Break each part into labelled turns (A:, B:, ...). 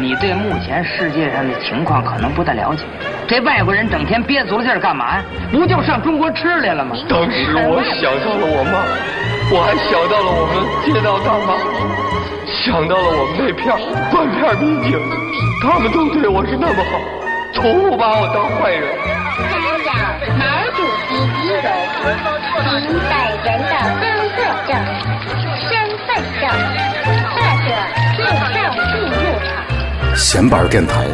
A: 你对目前世界上的情况可能不太了解。这外国人整天憋足了劲儿干嘛呀？不就上中国吃来了吗？
B: 当时我想到了我妈，我还想到了我们街道大妈，想到了我们那片断片民警，他们都对我是那么好，从不把我当坏人。
C: 家长，毛主席遗容，您本人的工作证、身份证，或者护照记录。
D: 闲板儿电台，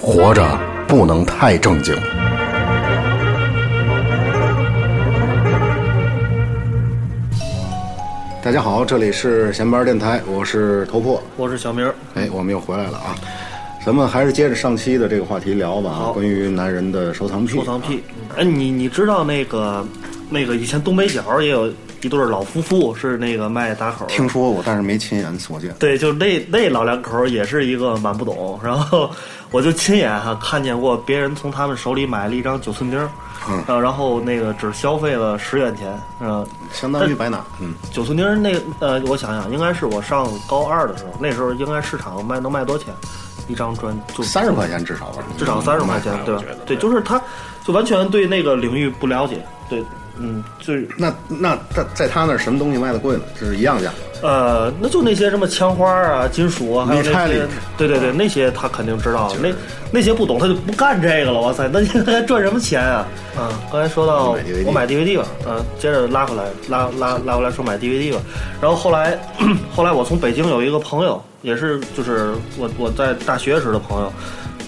D: 活着不能太正经。大家好，这里是闲板儿电台，我是头破。
E: 我是小明儿，
D: 哎，我们又回来了啊！咱们还是接着上期的这个话题聊吧，啊
E: 好
D: 关于男人的收藏癖。
E: 收藏癖。哎，你你知道那个那个以前东北角也有一对儿老夫妇是那个卖打口儿的，
D: 听说过，但是没亲眼所见。
E: 对，就那那老两口儿也是一个蛮不懂，然后 我就亲眼哈看见过别人从他们手里买了一张九寸钉儿，
D: 嗯
E: 呃然后那个只消费了十元钱，嗯、
D: 相当于白拿，嗯，
E: 九寸钉儿那呃，我想想，应该是我上高二的时候，那时候应该市场卖能卖多少钱一张专就
D: 嗯三十块钱至少吧，
E: 至少三十块钱，对吧？对，就是他，就完全对那个领域不了解，对，嗯，就是
D: 那那在在他那儿什么东西卖的贵呢？这是一样价格。
E: 呃，那就那些什么枪花啊、金属啊，还有那
D: 米泰
E: 些
D: 里，
E: 对对对，那些他肯定知道，那那些不懂他就不干这个了。哇塞，那你 还赚什么钱啊？嗯，刚才说到
D: 买 DVD
E: 我买 DVD 吧，嗯、接着拉回来，拉拉拉回来说买 DVD 吧。然后后来 后来我从北京有一个朋友，也是就是我我在大学时的朋友，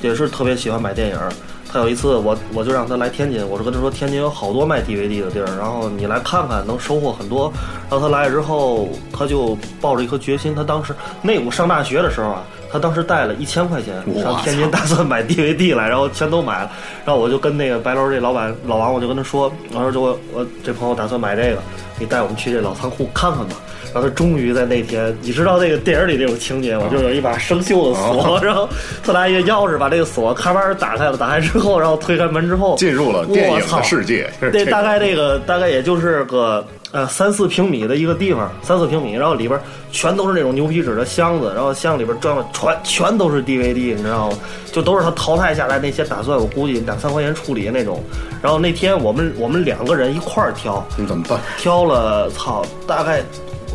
E: 也是特别喜欢买电影儿。他有一次我我就让他来天津，我是跟他说天津有好多卖 DVD 的地儿，然后你来看看能收获很多。然后他来了之后，他就抱着一颗决心，他当时那我上大学的时候啊，他当时带了一千块钱上
D: 哇
E: 天津打算买 DVD 来，然后全都买了。然后我就跟那个白楼这老板老王，我就跟他说，我说就我我这朋友打算买这个，你带我们去这老仓库看看吧。然后他终于在那天，你知道那个电影里那种情节吗？就是有一把生锈的锁，
F: 哦
E: 然后他拿一个钥匙把这个锁咔吧打开了，打开之后，然后推开门之后，
F: 进入了电影的世界。
E: 对，大概这个大概也就是个呃三四平米的一个地方，三四平米，然后里边全都是那种牛皮纸的箱子，然后箱里边装了全全都是 DVD，你知道吗？就都是他淘汰下来那些，打算我估计两三块钱处理的那种。然后那天我们我们两个人一块儿挑，
D: 你怎么办？
E: 挑了操，大概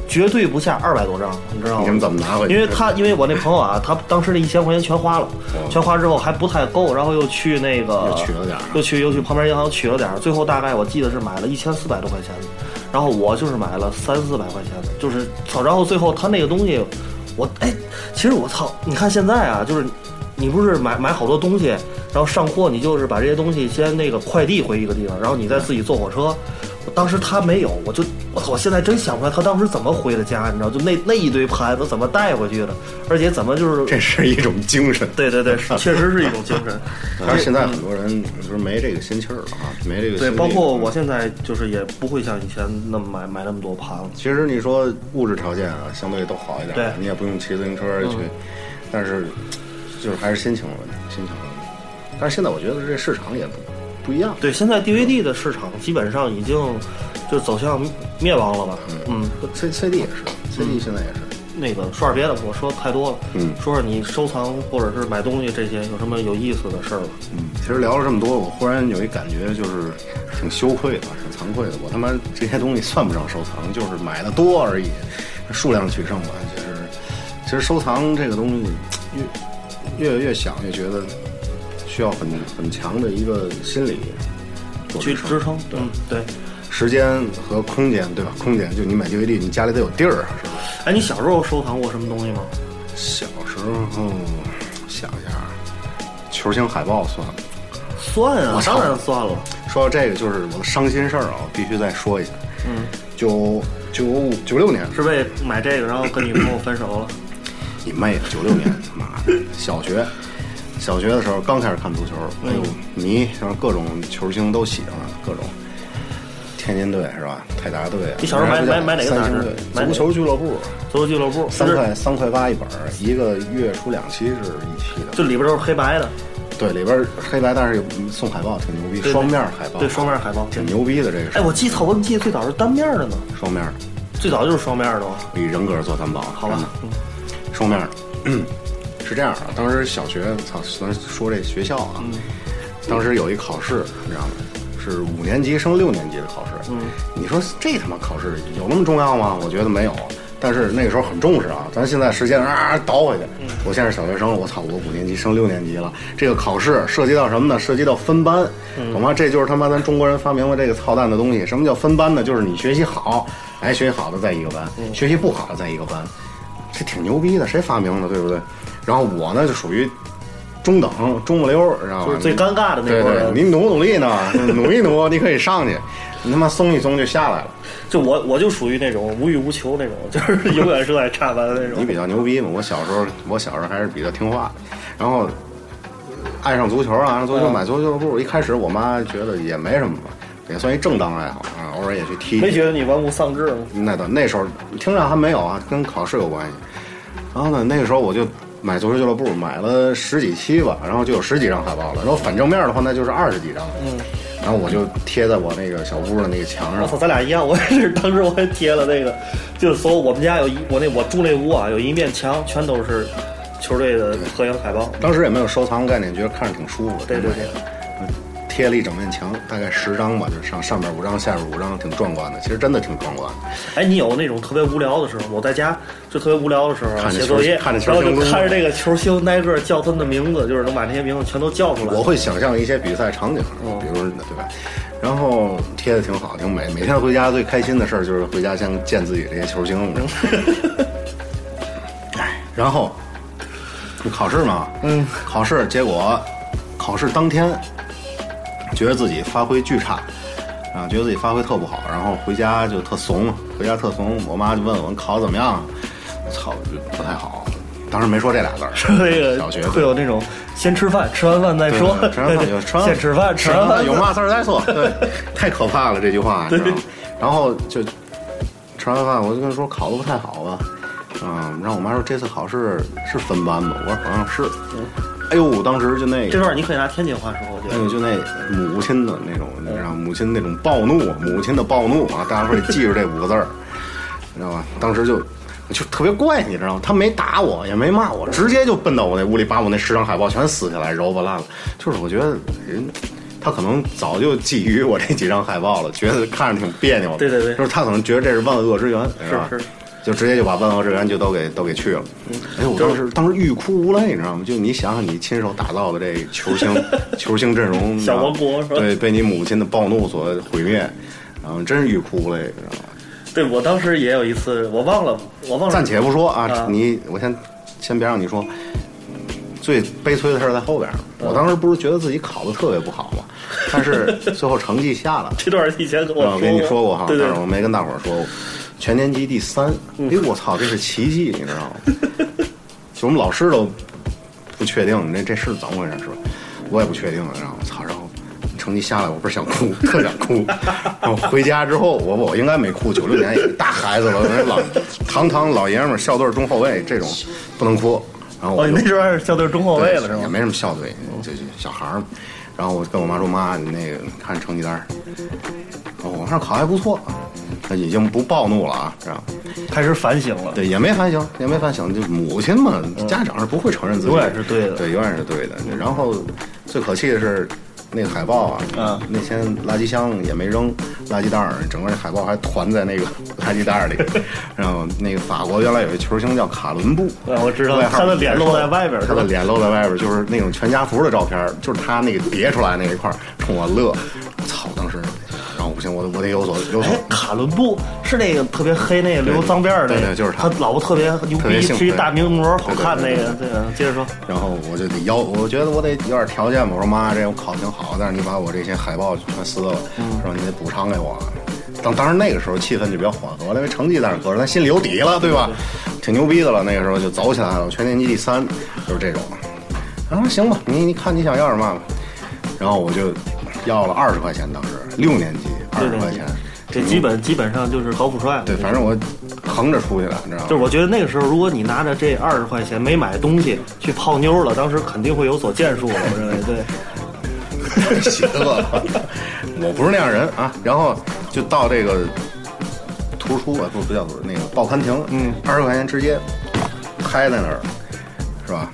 E: 绝对不下二百多张，你知道吗？
D: 你们怎么拿回去？
E: 因为他，因为我那朋友啊，他当时那一千块钱全花了，全花之后还不太够，然后又去那个
D: 哦又取了点儿
E: 又去又去旁边银行取了点儿，最后大概我记得是买了一千四百多块钱的，然后我就是买了三四百块钱的，就是操，然后最后他那个东西，我哎，其实我操，你看现在啊，就是你不是买买好多东西，然后上货，你就是把这些东西先那个快递回一个地方，然后你再自己坐火车。我当时他没有，我就我操，我现在真想不出来他当时怎么回的家，你知道，就那那一堆盘子怎么带回去的，而且怎么就是
F: 这是一种精神，
E: 对 对对，是确实是一种精神。
D: 而现在很多人就是没这个心气儿了啊，没这个心嗯
E: 对，
D: 力
E: 包括我现在就是也不会像以前那么买买那么多盘了。
D: 其实你说物质条件啊，相对都好一点，
E: 对嗯
D: 你也不用骑自行车去，但是就是还是心情的问题，心情的问题。但是现在我觉得这市场也不不一样，
E: 对，现在 DVD 的市场基本上已经就走向灭亡了吧？嗯，
D: ，C C D 也是，C D 现在也是。
E: 那个说点别的，我说太多了。嗯，说说你收藏或者是买东西这些有什么有意思的事儿吗？
D: 嗯，其实聊了这么多，我忽然有一感觉，就是挺羞愧的，挺惭愧的。我他妈这些东西算不上收藏，就是买的多而已，数量取胜吧。就是其实收藏这个东西，越越越想越觉得需要很很强的一个心理做
E: 去支撑，嗯，对。
D: 时间和空间，对吧？空间就你买 DVD，你家里得有地儿啊，是吧？嗯
E: 哎，你小时候收藏过什么东西吗？
D: 小时候想一下，球星海报算了。
E: 算啊，
D: 操
E: 当然算了。
D: 说到这个，就是我的伤心事儿啊，我必须再说一下。嗯，九九五九六年
E: 是为买这个，然后跟女朋友分手了。
D: 你妹的，啊九六年，妈的，小学，小学的时候刚开始看足球，哎
E: 嗯
D: 呦迷，然后各种球星都喜欢，各种天津队是吧？泰达队啊，
E: 你小时候买买买哪个杂
D: 三
E: 志
D: 星
E: 买
D: 队？
E: 哪个
D: 足球俱乐部，
E: 足球俱乐部
D: 三
E: 是
D: 块三块八一本儿，一个月出两期是一期的，
E: 就里边都是黑白的，
D: 对，里边儿黑白，但是有送海报，挺牛逼，
E: 对
D: 双面海报，
E: 对双面海报。
D: 挺牛逼的这个事
E: 哎，
D: 儿，
E: 我记错，我怎么记得最早是单面的呢？
D: 双面的。
E: 最早就是双面的吧？嗯
D: 比人格做担保，
E: 好吧
D: 真的，双面的。 是这样的，当时小学，操，咱说这学校啊，当时有一考试，你知道吗？是五年级升六年级的考试。嗯，你说这他妈考试有那么重要吗？我觉得没有。但是那个时候很重视啊，咱现在时间啊倒回去。
E: 嗯
D: 我现在是小学生了，我操，我五年级升六年级了。这个考试涉及到什么呢？涉及到分班，
E: 嗯
D: 懂吗？这就是他妈咱中国人发明的这个操蛋的东西。什么叫分班呢？就是你学习好，
E: 嗯
D: 哎，学习好的在一个班，学习不好的在一个班。这挺牛逼的，谁发明的，对不对？然后我呢就属于中等、中不溜儿，知道
E: 就
D: 吧
E: 是？最尴尬的那
D: 对
E: 波嗯
D: 对，
E: 人。
D: 你努不努力呢？ 努一努，你可以上去，你他妈松一松就下来了。
E: 就我我就属于那种无欲无求那种，就是永远是在差班的那
D: 你
E: 种。
D: 比较牛逼嘛？我小时候，我小时候还是比较听话的，然后爱上足球啊，爱上足
E: 嗯
D: 球买足球俱乐部。一开始我妈觉得也没什么吧，也算一正当爱好啊，偶尔也去踢。
E: 没觉得你玩物丧志吗？
D: 那倒那时候听着还没有啊，跟考试有关系。然后呢，那个时候我就买足球俱乐部，买了十几期吧，然后就有十几张海报了。然后反正面的话，那就是二十几张。嗯。然后我就贴在我那个小屋的那个墙
E: 我
D: 上
E: 操，。咱俩一样，我也是当时我也贴了那个，就是所有我们家有一我那我住那屋啊，有一面墙全都是球队的合影海报。
D: 当时也没有收藏概念，觉得看着挺舒服。
E: 对对对，
D: 贴了一整面墙，大概十张吧，就上上面五张，下面五张，挺壮观的。其实真的挺壮观的。
E: 哎，你有那种特别无聊的时候？我在家就特别无聊的时候啊
D: 看着
E: 写
D: 球
E: 作业，
D: 看着球
E: 然后就
D: 星
E: 看着这个球星挨个叫他们的名字，就是能把那些名字全都叫出来。嗯
D: 我会想象一些比赛场景，比如对吧？然后贴的挺好，挺美。每天回家最开心的事儿就是回家先见自己这些球星。 哎，然后就考试嘛，嗯，考试结果考试当天觉得自己发挥巨差，啊，觉得自己发挥特不好，然后回家就特怂，回家特怂。我妈就问我你考得怎么样，我操，就不太好。当时没说这俩字儿，
E: 那个
D: 小学
E: 会有那种先吃饭，吃完饭再
D: 对
E: 说，
D: 对吃完
E: 对
D: 饭
E: 对
D: 有吃完
E: 先吃饭，吃完饭
D: 有嘛事儿再说。对，太可怕了这句话，你知道吗？然后就吃完饭，我就跟他说考的不太好吧，嗯，然后我妈说这次考试是分班吗？我说好像是。哎呦，当时就那
E: 这
D: 个。
E: 段你可以拿天津话说，我觉
D: 哎
E: 得。
D: 呦，就那母亲的那种，你知道，母亲那种暴怒，母亲的暴怒啊！大家说得记住这五个字儿， 你知道吧？当时就就特别怪，你知道吗？他没打我，也没骂我，直接就奔到我那屋里，把我那十张海报全撕下来，揉吧烂了。就是我觉得人。他可能早就觊觎我这几张海报了，觉得看着挺别扭的。
E: 对对对
D: 就是他可能觉得这是万恶之源，是吧
E: 是是，
D: 就直接就把万恶之源就都给都给去了。哎，我当时当时欲哭无泪，你知道吗？就你想想你亲手打造的这球 星球星阵容，你知道吗
E: 小王国是吧
D: 对，被你母亲的暴怒所毁灭，然后真是欲哭无泪，你知道吗？
E: 对我当时也有一次，我忘了，我忘了。
D: 暂且不说啊，
E: 啊
D: 你我先先别让你说，嗯最悲催的事儿在后边儿。我当时不是觉得自己考的特别不好吗？但是最后成绩下来了。
E: 这段以前跟我
D: 啊我跟你说过哈，
E: 对嗯对
D: 但是我没跟大伙儿说过，全年级第三，哎我操，这是奇迹，你知道吗？ 就我们老师都不确定这这是怎么回事，是吧？我也不确定，然后我操，然后成绩下来，我不是想哭，特想哭。然后回家之后，我我应该没哭，九六年也是大孩子了，我老堂堂老爷们儿，校队中后卫这种不能哭。然后我
E: 哦，
D: 就
E: 你那时候还是校队中后卫了是
D: 也
E: 吗？哦
D: 没什么校队，就就小孩儿。然后我跟我妈说：“妈，你那个看成绩单儿，哦我上考还不错，她已经不暴怒了啊，是吧？
E: 开始反省了。嗯
D: 对，也没反省，也没反省，就母亲嘛，家长是不会承认自己
E: 永远是对的
D: 对，永远是对的。然后最可气的是。”那个海报啊，
E: 嗯
D: 那天垃圾箱也没扔，垃圾袋儿，整个那海报还团在那个 垃圾袋儿里。然后那个法国原来有一球星叫卡伦布，
E: 啊我知道
D: 外号
E: 他的脸露在外边儿
D: 他
E: 是
D: 的
E: 吧
D: 脸露在外边儿，就是那种全家福的照片儿，就是他那个叠出来那一块儿，冲我乐，操！当时，然后不行，我得我得有所有所
E: 哎，卡伦布是那个特别黑那个留脏辫儿的，
D: 对对就是
E: 他
D: 他
E: 老婆特别牛
D: 特
E: 逼，
D: 别幸福
E: 是一大名模，好看那
D: 对对
E: 个。对，接着说，
D: 然后我就得要，我觉得我得有点条件吧。我说妈，这我考挺好，但是你把我这些海报全撕了，是吧？你得补偿给我。当当然那个时候气氛就比较缓和了，因为成绩在那搁着，咱心里有底了，对吧？挺牛逼的了，那个时候就走起来了，我全年级第三，就是这种。然后嗯行吧，你你看你想要什么吧，然后我就要了二十块钱，当时六年级二
E: 对
D: 十
E: 对
D: 块
E: 对
D: 钱，，
E: 这基本基本上就是高富帅了。
D: 对，反正我横着出去了，你知道吗？
E: 就是我觉得那个时候，如果你拿着这二十块钱没买东西去泡妞了，当时肯定会有所建树了。我认为，对，
D: 邪恶，我不是那样人啊。然后就到这个图书啊，不不叫图书，那个报刊亭，嗯，二十块钱直接拍在那儿，是吧？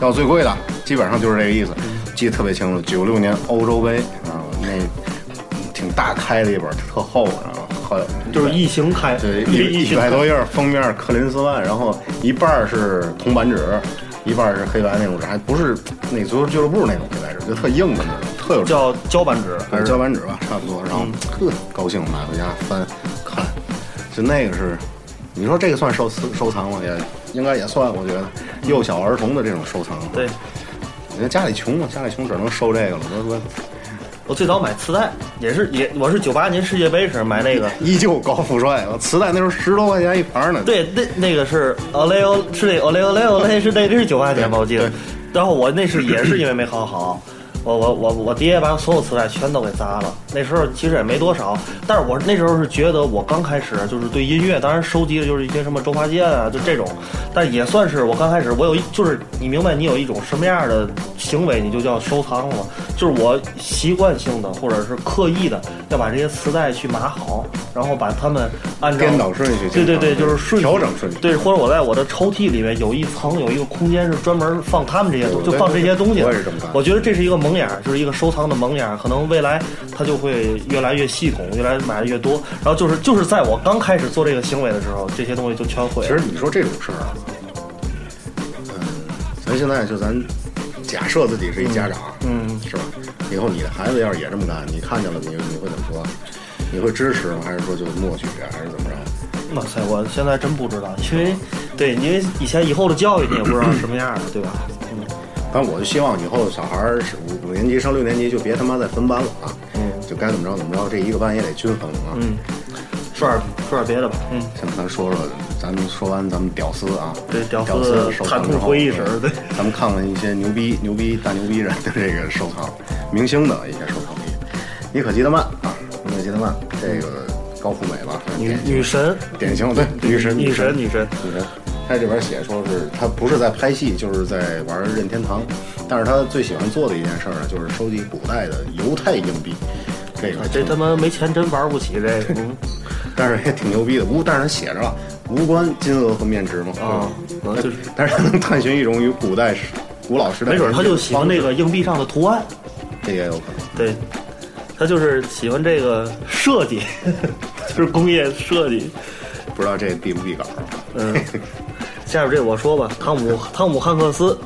D: 要最贵的，基本上就是这个意思。记得特别清楚，九六年欧洲杯啊，那挺大开的一本，特厚，然后后来
E: 就是异形开，
D: 对，
E: 异
D: 一一
E: 形
D: 百
E: 开
D: 多页儿，封面儿克林斯万，然后一半儿是铜版纸，一半儿是黑白那种纸，还不是那足球俱乐部那种黑白纸，就特硬的那种，特有
E: 叫胶版纸还
D: 还
E: 是
D: 是胶版纸吧，差不多。嗯然后特高兴买回家翻看，就那个是，你说这个算收私收藏吗？也应该也算，我觉得幼小儿童的这种收藏。
E: 对，
D: 人家家里穷嘛，啊家里穷只能收这个了。我我
E: 我最早买磁带也是也，我是九八年世界杯时买那个，
D: 依旧高富帅，我磁带那时候十多块钱一盘呢。
E: 对，那那个是 Olay o 是那 Olay Olay Olay 是那那是九八年吧，我记得
D: 对。
E: 然后我那是也是因为没考好，我我我我爹把所有磁带全都给砸了。那时候其实也没多少，但是我那时候是觉得我刚开始就是对音乐，当然收集的就是一些什么周华健啊，就这种，但也算是我刚开始我有一就是你明白你有一种什么样的行为，你就叫收藏了嘛，就是我习惯性的或者是刻意的要把这些磁带去码好，然后把它们按照
D: 颠倒顺序
E: 对对对，就是顺序
D: 调整顺序
E: 对，或者我在我的抽屉里面有一层有一个空间是专门放他们这些东，
D: 对
E: 就放这些东西。
D: 我也是这么干
E: 我觉得这是一个萌芽儿，就是一个收藏的萌芽儿，可能未来它就会越来越系统，越来买的越多。然后就是就是在我刚开始做这个行为的时候，这些东西就全毁
D: 其
E: 了
D: 实。你说这种事儿啊，嗯，咱现在就咱假设自己是一家长，嗯，是吧？以后你的孩子要是也这么干，你看见了你你会怎么说？你会支持吗？还是说就默许，啊还是怎么着？
E: 哇塞，我现在真不知道，因为对，因为以前以后的教育你也不知道什么样儿的，对吧？嗯，
D: 但我就希望以后小孩儿是五五年级升六年级就别他妈再分班了啊！
E: 嗯
D: 就该怎么着怎么着，这一个班也得均衡啊。
E: 嗯说点说点别的吧。嗯，
D: 行，咱说说，咱们说完咱们屌丝啊，
E: 对屌丝
D: 丝的收藏
E: 惨痛
D: 之后
E: 回忆时儿对
D: 咱们看看一些牛逼、牛逼大牛逼人的这个收藏，明星的一些收藏品。妮可基德曼啊，妮可基德曼，这个高富美吧，
E: 女
D: 典型
E: 女神，
D: 典型对女神
E: 女神
D: 女
E: 女神
D: 女神。他这边写说是他不是在拍戏，就是在玩任天堂，但是他最喜欢做的一件事儿呢，就是收集古代的犹太硬币。这个
E: 啊这他妈没钱真玩不起这个。嗯
D: 但是也挺牛逼的，无但是他写着了，无关金额和面值嘛。
E: 啊
D: 对吧
E: 啊就是
D: 但是他能探寻一种与古代时古老时代，
E: 没准儿他就喜欢那，个硬币上的图案，
D: 这也有可能。
E: 对，他就是喜欢这个设计， 就是工业设计。
D: 不知道这避不避稿？
E: 嗯，下面这我说吧，汤姆汤姆汉克斯，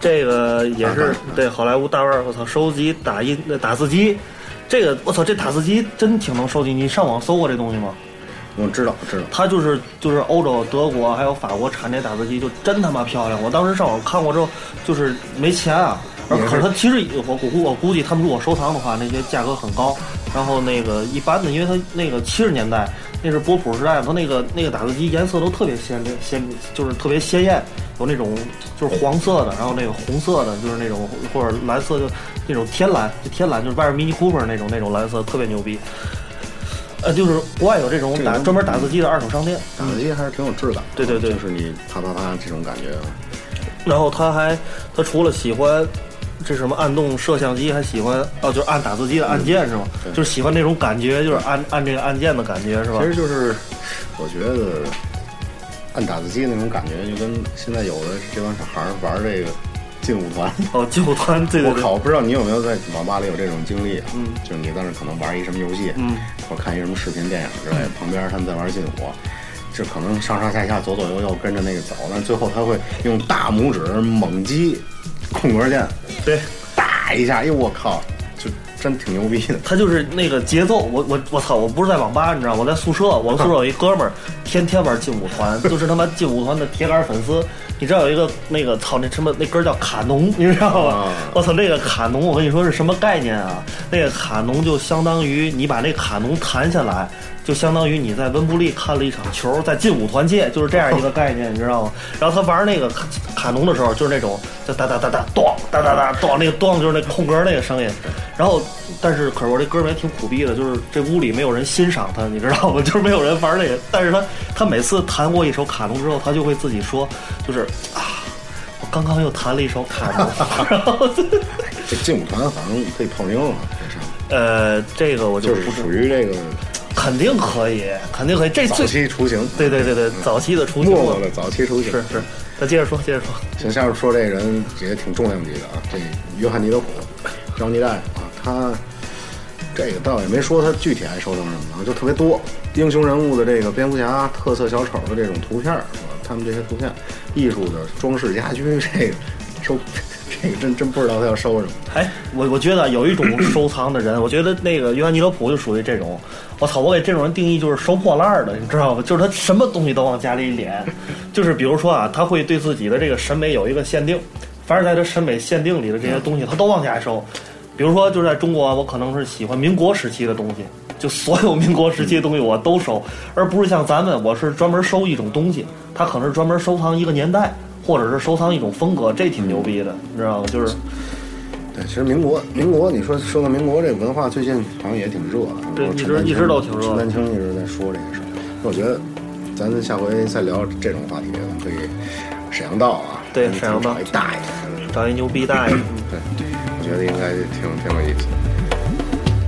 E: 这个也
D: 大腕
E: 是
D: 儿
E: 对好莱坞大腕儿，我操，收集打印呃打字机，这个我操，这打字机真挺能收集。你上网搜过这东西吗？
D: 我知道，知道。
E: 它就是就是欧洲德国还有法国产这打字机，就真他妈漂亮。我当时上网看过之后，就是没钱啊。而
D: 也是
E: 可是它其实我我估我估计他们如果收藏的话，那些价格很高。然后那个一般的，因为它那个七十年代那是波普时代嘛，它那个那个打字机颜色都特别鲜亮鲜，就是特别鲜艳，有那种就是黄色的，然后那个红色的，就是那种或者蓝色就那种天蓝，就天蓝就是外面 Mini Cooper 那种那种蓝色，特别牛逼。呃，就是国外有这种
D: 这个
E: 打
D: 东西
E: 专门打字机的二手商店，
D: 打字机还是挺有质感的，
E: 对对对
D: 就是你啪啪啪这种感觉，
E: 然后他还他除了喜欢这什么按动摄像机，还喜欢哦，就是按打字机的按键是吗？
D: 嗯对
E: 就是喜欢那种感觉，就是按按这个按键的感觉是吧
D: 其？实就是我觉得按打字机那种感觉，就跟现在有的这帮小孩儿玩这个劲舞团。
E: 哦，就团对对
D: 我
E: 对，
D: 靠！我不知道你有没有在网吧里有这种经历啊？嗯，就是你在那可能玩一什么游戏，
E: 嗯，
D: 或者看一什么视频、电影之类的，旁边他们在玩劲舞，就啊可能上上下下、左左右右跟着那个走，但最后他会用大拇指猛击空格键，
E: 对。
D: 打一下，哎呦我靠，就真挺牛逼的。
E: 他就是那个节奏，我我我操！我不是在网吧，你知道，我在宿舍，我们宿舍有一哥们儿，天天玩劲舞团，就是他妈劲舞团的铁杆粉丝。你知道有一个那个操那什么那歌叫卡农，你知道吗
D: 啊？
E: 我操，那个卡农，我跟你说是什么概念啊？那个卡农就相当于你把那卡农弹下来，就相当于你在温布利看了一场球，在劲舞团界就是这样一个概念，你知道吗？然后他玩那个卡卡农的时候，就是那种就哒哒哒哒咚哒哒哒咚，那个咚就是那空格那个声音。然后，但是可是我这哥们儿也挺苦逼的，就是这屋里没有人欣赏他，你知道吗？就是没有人玩那个。但是他他每次弹过一首卡农之后，他就会自己说，就是啊。我刚刚又弹了一首卡农，然后
D: 这劲舞团好像可以泡妞啊，这上面
E: 呃，这个我
D: 就
E: 就不
D: 是
E: 知
D: 属于这个
E: 肯定可以，肯定可以。这
D: 早
E: 最
D: 期雏形，
E: 对对对对，早期的雏形
D: 默默的早期雏形
E: 是是。那接着说，接着说，
D: 行，下面说这人也挺重量级的啊，这约翰尼德普，张尼代啊，他这个倒也没说他具体爱收藏什么啊，就特别多英雄人物的这个蝙蝠侠、特色小丑的这种图片儿是吧？他们这些图片、艺术的装饰、家居，这个收这个真真不知道他要收什么。
E: 哎，我我觉得有一种收藏的人，我觉得那个约翰尼德普就属于这种。我操，我给这种人定义就是收破烂儿的，你知道吧？就是他什么东西都往家里敛，就是比如说啊，他会对自己的这个审美有一个限定，凡是在他审美限定里的这些东西，他都往家收。比如说，就是在中国啊，我可能是喜欢民国时期的东西，就所有民国时期的东西我都收，而不是像咱们，我是专门收一种东西，他可能是专门收藏一个年代，或者是收藏一种风格，这挺牛逼的，你知道吗？就是。
D: 对，其实民国，民国，你说说到民国这个文化，最近好像也挺热的。
E: 对
D: 然后
E: 一直
D: 陈丹青
E: 一直都挺热的
D: 陈丹青一直在说这个事儿，我觉得咱下回再聊这种话题，我们可以沈阳道啊，
E: 对
D: 咱们
E: 沈阳道
D: 找一大爷，
E: 找一牛逼大爷。
D: 对，我觉得应该挺挺有意思的。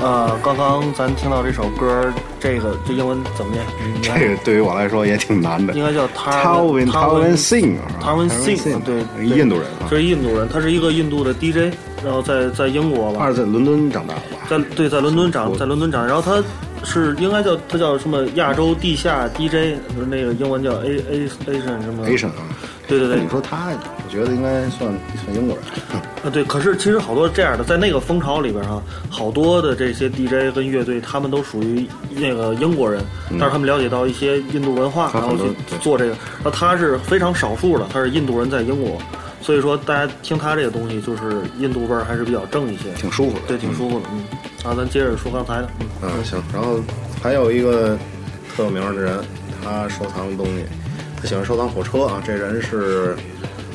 E: 呃，刚刚咱听到这首歌，这个这英文怎么念？你看
D: 这个对于我来说也挺难的。
E: 应该叫
D: Tarwin
E: Tarwin-
D: Tarwin
E: Tarwin
D: Singh 啊是吧
E: Tarwin Singh，对，对
D: 印度人啊
E: 这，是印度人，他是一个印度的 DJ，然后在在英国吧
D: 他，是在伦敦长大的吧？
E: 在对在伦敦长，在伦敦长，然后他是应该叫他叫什么亚洲地下 DJ，那个英文叫 A A Asian 什么
D: Asian 啊，
E: 对对对
D: 那你说他，我觉得应该算算英国人。
E: 啊，对，可是其实好多这样的，在那个风潮里边儿哈，好多的这些 DJ 跟乐队，他们都属于那个英国人，但是他们了解到一些印度文化，
D: 嗯他
E: 然后
D: 很多
E: 去
D: 对
E: 做这个。然后他是非常少数的，他是印度人在英国，所以说大家听他这个东西，就是印度味儿还是比较正一些，
D: 挺舒服的
E: 对，挺舒服的。嗯，啊，咱接着说刚才的，嗯，
D: 嗯，行。然后还有一个特有名的人，他收藏的东西，他喜欢收藏火车啊。这人是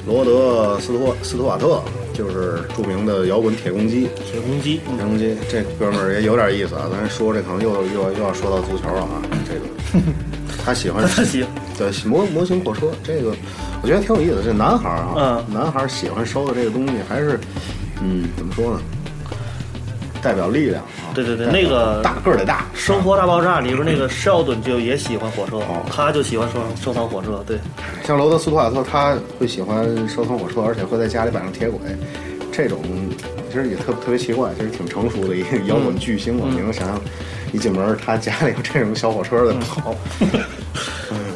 D: 罗德斯托斯图瓦特，就是著名的摇滚铁公鸡。
E: 铁公鸡，嗯
D: 杨基这哥们儿也有点意思啊，咱说这可能又又又要说到足球了啊，这 个他喜欢
E: 他喜
D: 对模模型火车，这个我觉得挺有意思的。这男孩儿啊，
E: 嗯
D: 男孩儿喜欢收的这个东西还是嗯怎么说呢？代表力量啊，
E: 对对对
D: 代表
E: 那个
D: 大个儿得大，
E: 《生活大爆炸》里边那个 Sheldon 就也喜欢火车，
D: 哦
E: 他就喜欢收收藏火车，对。
D: 像罗德斯图瓦特，他会喜欢收藏火车，而且会在家里摆上铁轨，这种其实也特特别奇怪，就是挺成熟的一个摇滚巨星嘛。你能想象，一进门他家里有这种小火车在跑，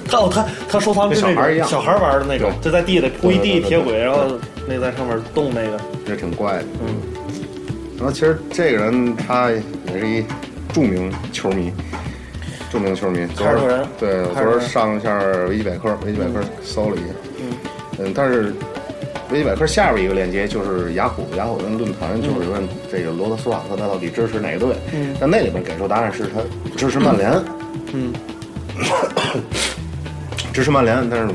E: 他哦，他他收藏的是那
D: 跟小孩儿一样
E: 小孩儿玩的那种，
D: 对
E: 就在地里铺一
D: 对对
E: 地
D: 对
E: 铁轨，然后那在上面动那个，
D: 这挺怪的。嗯。然后其实这个人他也是一著名球迷，著名球迷。昨
E: 开
D: 儿
E: 拓人
D: 对，我
E: 开
D: 昨
E: 拓
D: 儿
E: 人
D: 上一下维基百科，维基百科搜了一下。嗯。但是维基百科下边一个链接就是雅虎，雅虎的论坛就是问这个罗德斯瓦特他到底支持哪个队？嗯。但那里边给出答案是他支持曼联。
E: 嗯。
D: 支持曼联，但是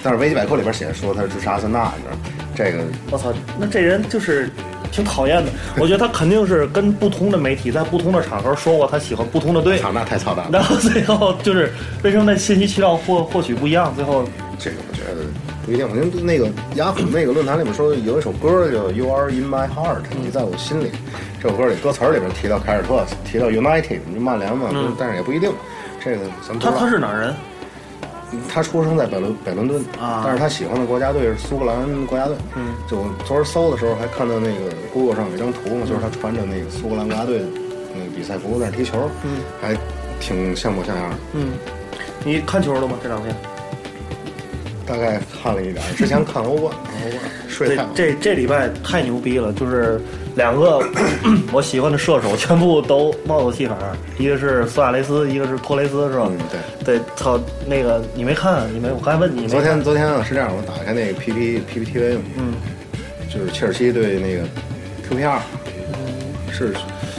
D: 但是维基百科里边写着说他是支持阿森纳，你知道吗这个
E: 我操，那这人就是挺 讨厌的。我觉得他肯定是跟不同的媒体在不同的场合说过他喜欢不同的队，
D: 操那太操蛋了。
E: 然后最后就是为什么那信息渠道获获取不一样？最后
D: 这个我觉得不一定。我觉得那个雅虎那个论坛里面说有一首歌叫《You Are in My Heart》，你在我心里。这首歌里歌词儿里边提到凯尔特，提到 United，你就曼联嘛，但是也不一定。这个咱们不知
E: 他
D: 道
E: 他是哪儿人？
D: 他出生在北伦北伦敦
E: 啊
D: 但是他喜欢的国家队是苏格兰国家队。嗯，就我昨儿搜的时候还看到那个 Google 上有一张图嘛，就是他穿着那个苏格兰国家队那个比赛服在那踢球，嗯，还挺像模像样的。
E: 嗯，你看球了吗？这两天？
D: 大概看了一点儿，之前看欧冠，看欧冠睡
E: 这
D: 太晚了
E: 这这礼拜太牛逼了，就是两个 我喜欢的射手全部都帽有戏法儿，一个是苏亚雷斯，一个是托雷斯，是吧？
D: 嗯对。
E: 对，操，那个你没看？啊你没？我刚才问你没
D: 昨
E: 看，
D: 天昨天啊是这样，我打开那个 P P P P T V，嗯，就是切尔西对那个 Q P R，是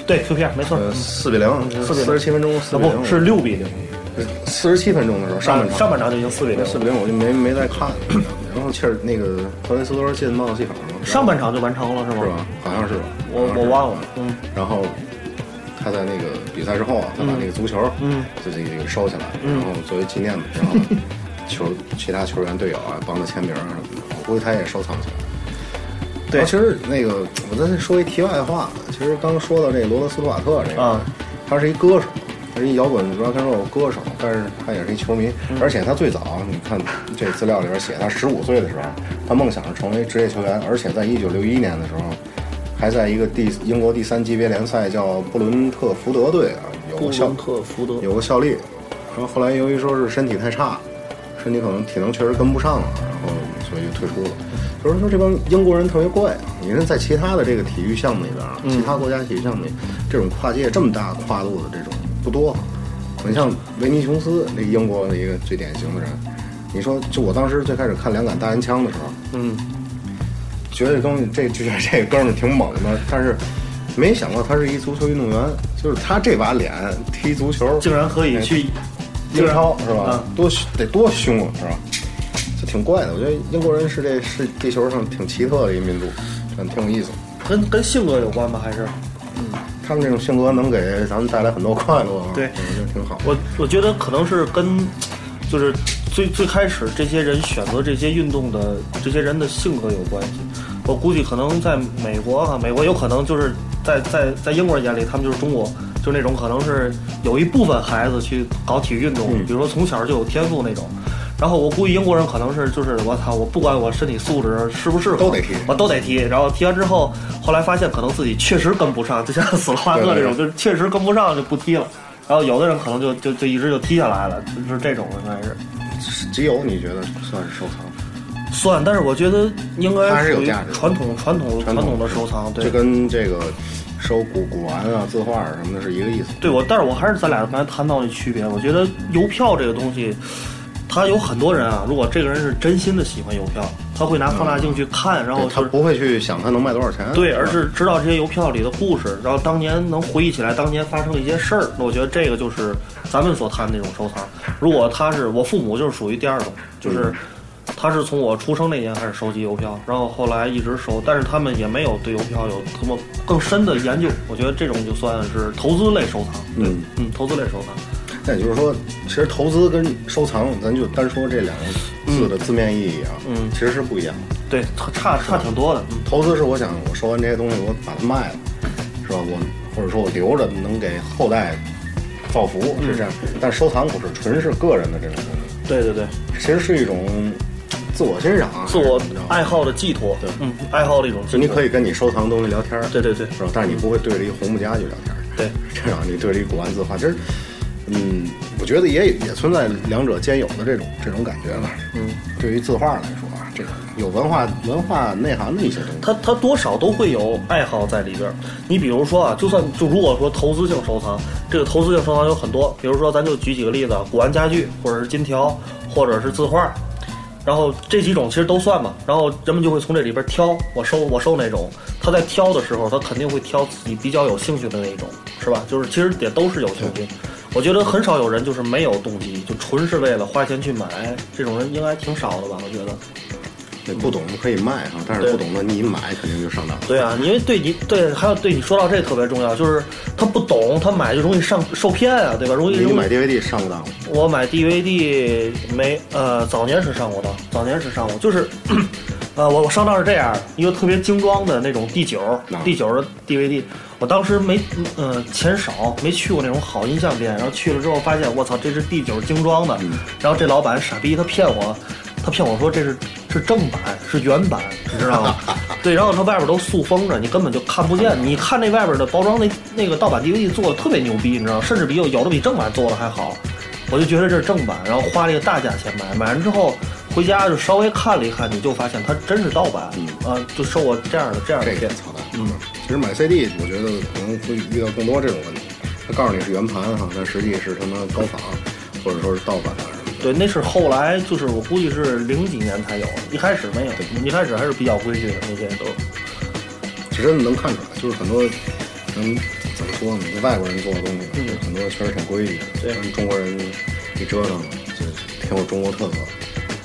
E: 对 Q 片没错，
D: 呃四比零，
E: 嗯四比零
D: 四十七分钟，四
E: 啊
D: 比零
E: 不是六比零，
D: 四十七分钟的时候上半场
E: 上半场就已经四比零，
D: 四比零我就没没再看， 然后切尔那个托雷斯多进帽子戏法了，
E: 上半场就完成了是吗？
D: 是吧？好像是吧，
E: 我
D: 好像是
E: 我忘了嗯，
D: 然后。他在那个比赛之后啊，他把那个足球，嗯，就这个收起来，
E: 嗯
D: 然后作为纪念嘛，然后球其他球员队友啊帮他签名啊什么的，我估计他也收藏起来。
E: 对
D: 然后其实那个我再说一题外话，啊其实刚说到这个罗德斯图瓦特这个，
E: 啊
D: 他是一歌手，他是一摇滚 rock and roll 歌手，但是他也是一球迷，
E: 嗯
D: 而且他最早啊你看这资料里边写，他十五岁的时候，他梦想是成为职业球员，而且在一九六一年的时候，还在一个第英国第三级别联赛叫布伦特福德队啊有
E: 布
D: 个效
E: 伦特福德
D: 有个效力，然后后来由于说是身体太差，身体可能体能确实跟不上了，然后所以就退出了。就是说这帮英国人特别怪，你是在其他的这个体育项目里边啊，其他国家体育项目里，这种跨界这么大跨度的这种不多。你像维尼琼斯，那英国的一个最典型的人，你说就我当时最开始看《两杆大烟枪》的时候，
E: 嗯，
D: 觉得东西这这这哥们儿挺猛的，但是没想到他是一足球运动员，就是他这把脸踢足球，哎
E: 竟然可以去
D: 英超是吧？
E: 嗯
D: 多得多凶啊，是吧？这挺怪的，我觉得英国人是这是地球上挺奇特的一个民族，嗯，挺有意思。
E: 跟跟性格有关吧？还是
D: 他们这种性格能给咱们带来很多快乐啊，
E: 对
D: 我觉得挺好。
E: 我我觉得可能是跟，就是最最开始这些人选择这些运动的这些人的性格有关系。我估计可能在美国啊，美国有可能就是在在在英国人眼里，他们就是中国，就那种可能是有一部分孩子去搞体育运动，
D: 嗯
E: 比如说从小就有天赋那种。然后我估计英国人可能是就是我操，我不管我身体素质适不适合，
D: 都得踢
E: 我都得踢。然后踢完之后，后来发现可能自己确实跟不上，就像 死了巴克这种，
D: 对对对
E: 就是确实跟不上就不踢了。然后有的人可能就就就一直就踢下来了，就是这种应该是
D: 集邮你觉得算是收藏？
E: 算，但是我觉得应
D: 它
E: 该
D: 是有
E: 属于
D: 价值的
E: 传统传统传统的收藏，对
D: 就跟这个收古古玩啊、字画什么的是一个意思。
E: 对我，但是我还是咱俩刚才谈到的区别，我觉得邮票这个东西，他有很多人啊，如果这个人是真心的喜欢邮票，他会拿放大镜去看，然后
D: 对他
E: 就是
D: 不会去想他能卖多少钱，啊
E: 对，
D: 吧
E: 而是知道这些邮票里的故事，然后当年能回忆起来当年发生的一些事儿。那我觉得这个就是咱们所谈的那种收藏。如果他是我父母，就是属于第二种，就是他是从我出生那年开始收集邮票，然后后来一直收，但是他们也没有对邮票有什么更深的研究。我觉得这种就算是投资类收藏。对
D: 嗯，
E: 嗯，投资类收藏。
D: 那也就是说，其实投资跟收藏，咱就单说这两个字的字面意义啊，
E: 嗯
D: 其实是不一样的。
E: 对，差差差挺多的。嗯
D: 投资是我想我收完这些东西，我把它卖了，是吧？我或者说我留着能给后代造福，是这样。
E: 嗯
D: 但收藏不是，纯是个人的这种东西，
E: 对对对，
D: 其实是一种自我欣赏，
E: 自我
D: 你知道吗
E: 爱好的寄托。
D: 对
E: 嗯，爱好的一种寄
D: 就你
E: 托。
D: 可以跟你收藏东西聊天儿，
E: 对对对
D: 是吧？但是你不会对着一红木家具聊天儿，
E: 对，
D: 这样你对着一古玩字画，其实，嗯，我觉得也也存在两者兼有的这种这种感觉吧。嗯，对于字画来说啊，这种有文化文化内涵的一些东西，
E: 他他多少都会有爱好在里边儿。你比如说啊，就算就如果说投资性收藏，这个投资性收藏有很多，比如说咱就举几个例子，啊，古玩家具，或者是金条，或者是字画，然后这几种其实都算嘛。然后人们就会从这里边儿挑，我收我收哪种。他在挑的时候，他肯定会挑自己比较有兴趣的那一种，是吧？就是其实也都是有兴趣。我觉得很少有人就是没有动机，就纯是为了花钱去买，这种人应该挺少的吧？我觉得。
D: 那不懂的可以卖啊，但是
E: 对
D: 不懂的你一买肯定就上当。
E: 对啊，因为对你对，还有对你说到这个特别重要，就是他不懂，他买就容易上受骗啊，对吧？容易
D: 你
E: 容易
D: 买 DVD 上过当吗？
E: 我买 DVD 没呃，早年是上过当，早年是上过，就是 呃，我我上当是这样，一个特别精装的那种 D 九、D 九的 DVD，我当时没，呃，钱少，没去过那种好音像店，然后去了之后发现，我操，这是 D 九精装的，
D: 嗯
E: 然后这老板傻逼，他骗我，他骗我说这是是正版，是原版，你知 道吗？对，然后他外边都塑封着，你根本就看不
D: 嗯
E: 见，你看那外边的包装那那个盗版 DVD 做的特别牛逼，你知道吗，甚至比有有的比正版做的还好。我就觉得这是正版，然后花了一个大价钱买，买完之后回家就稍微看了一看，你就发现它真是盗版，啊，就收我这样的这样的
D: 嗯这
E: 片
D: 个
E: 子。
D: 操蛋。嗯，其实买 CD，我觉得可能会遇到更多这种问题。他告诉你是圆盘哈，但实际是他妈高仿，或者说是盗版啊什么的。
E: 对，那是后来，就是我估计是零几年才有，一开始没有，一开始还是比较规矩的那些都。
D: 是真的能看出来，就是很多能怎么说呢？就外国人做的东西，就是很多确实挺规矩的。
E: 对
D: 咱们中国人一折腾，就挺有中国特色。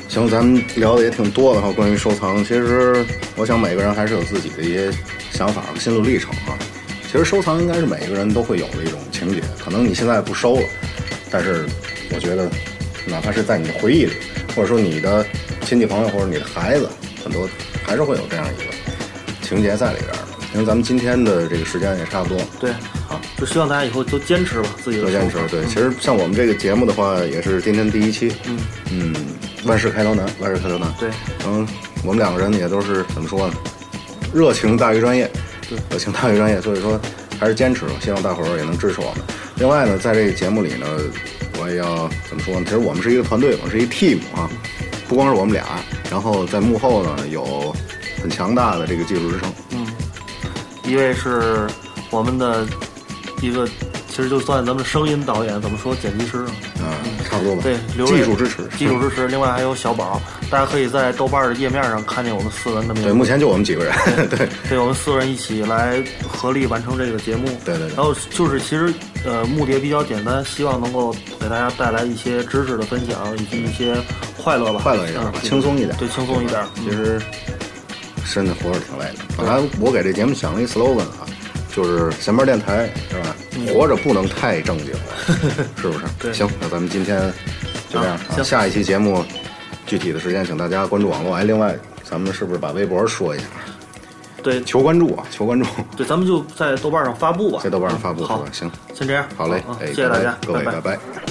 D: 行，咱们聊的也挺多的哈，关于收藏。其实我想每个人还是有自己的一些想法和心路历程啊。其实收藏应该是每一个人都会有的一种情节，可能你现在不收了，但是我觉得，哪怕是在你的回忆里，或者说你的亲戚朋友或者你的孩子，很多还是会有这样一个情节在里边儿。因为咱们今天的这个时间也差不多，
E: 对，
D: 好，
E: 就希望大家以后都坚持吧，自己的
D: 多坚持
E: 生。活
D: 对，其实像我们这个节目的话，也是今天第一期，嗯万事开头难，万事开头难。
E: 对，
D: 嗯，我们两个人也都是怎么说呢？热情大于专业，对，热情大于专业，所以说还是坚持吧，希望大伙儿也能支持我们。另外呢，在这个节目里呢，我也要怎么说呢？其实我们是一个团队，我们是一 team 啊，不光是我们俩，然后在幕后呢有很强大的这个技术支撑，
E: 一位是我们的一个，其实就算咱们声音导演，怎么说剪辑师啊。
D: 啊，差不多吧。
E: 对，刘
D: 技
E: 瑞
D: 术支持，
E: 技术支持。另外还有小宝，大家可以在豆瓣的页面上看见我们四人的名字。
D: 对，目前就我们几 个人，对。
E: 对，我们四个人一起来合力完成这个节目。
D: 对对对
E: 然后就是其实呃，目的也比较简单，希望能够给大家带来一些知识的分享，以及一些快乐吧，
D: 快乐一点吧
E: 嗯
D: 轻松一点嗯
E: 对，轻松一点。
D: 其实真的活着挺累的。本来我给这节目想了一 slogan 啊，就是闲班电台是吧？活着不能太正经， 是不是？
E: 嗯对
D: 行，那咱们今天就这样
E: 好
D: 啊。
E: 行
D: 下一期节目具体的时间，请大家关注网络。哎，另外咱们是不是把微博说一下？
E: 嗯对
D: 求关注啊，求关注，
E: 对，咱们就在豆瓣上发布吧，
D: 在豆瓣上发布
E: 嗯
D: 是
E: 好
D: 吧？，行，
E: 先这样。
D: 好嘞
E: 嗯，
D: 哎，
E: 谢谢大家，
D: 各位，
E: 拜
D: 拜拜。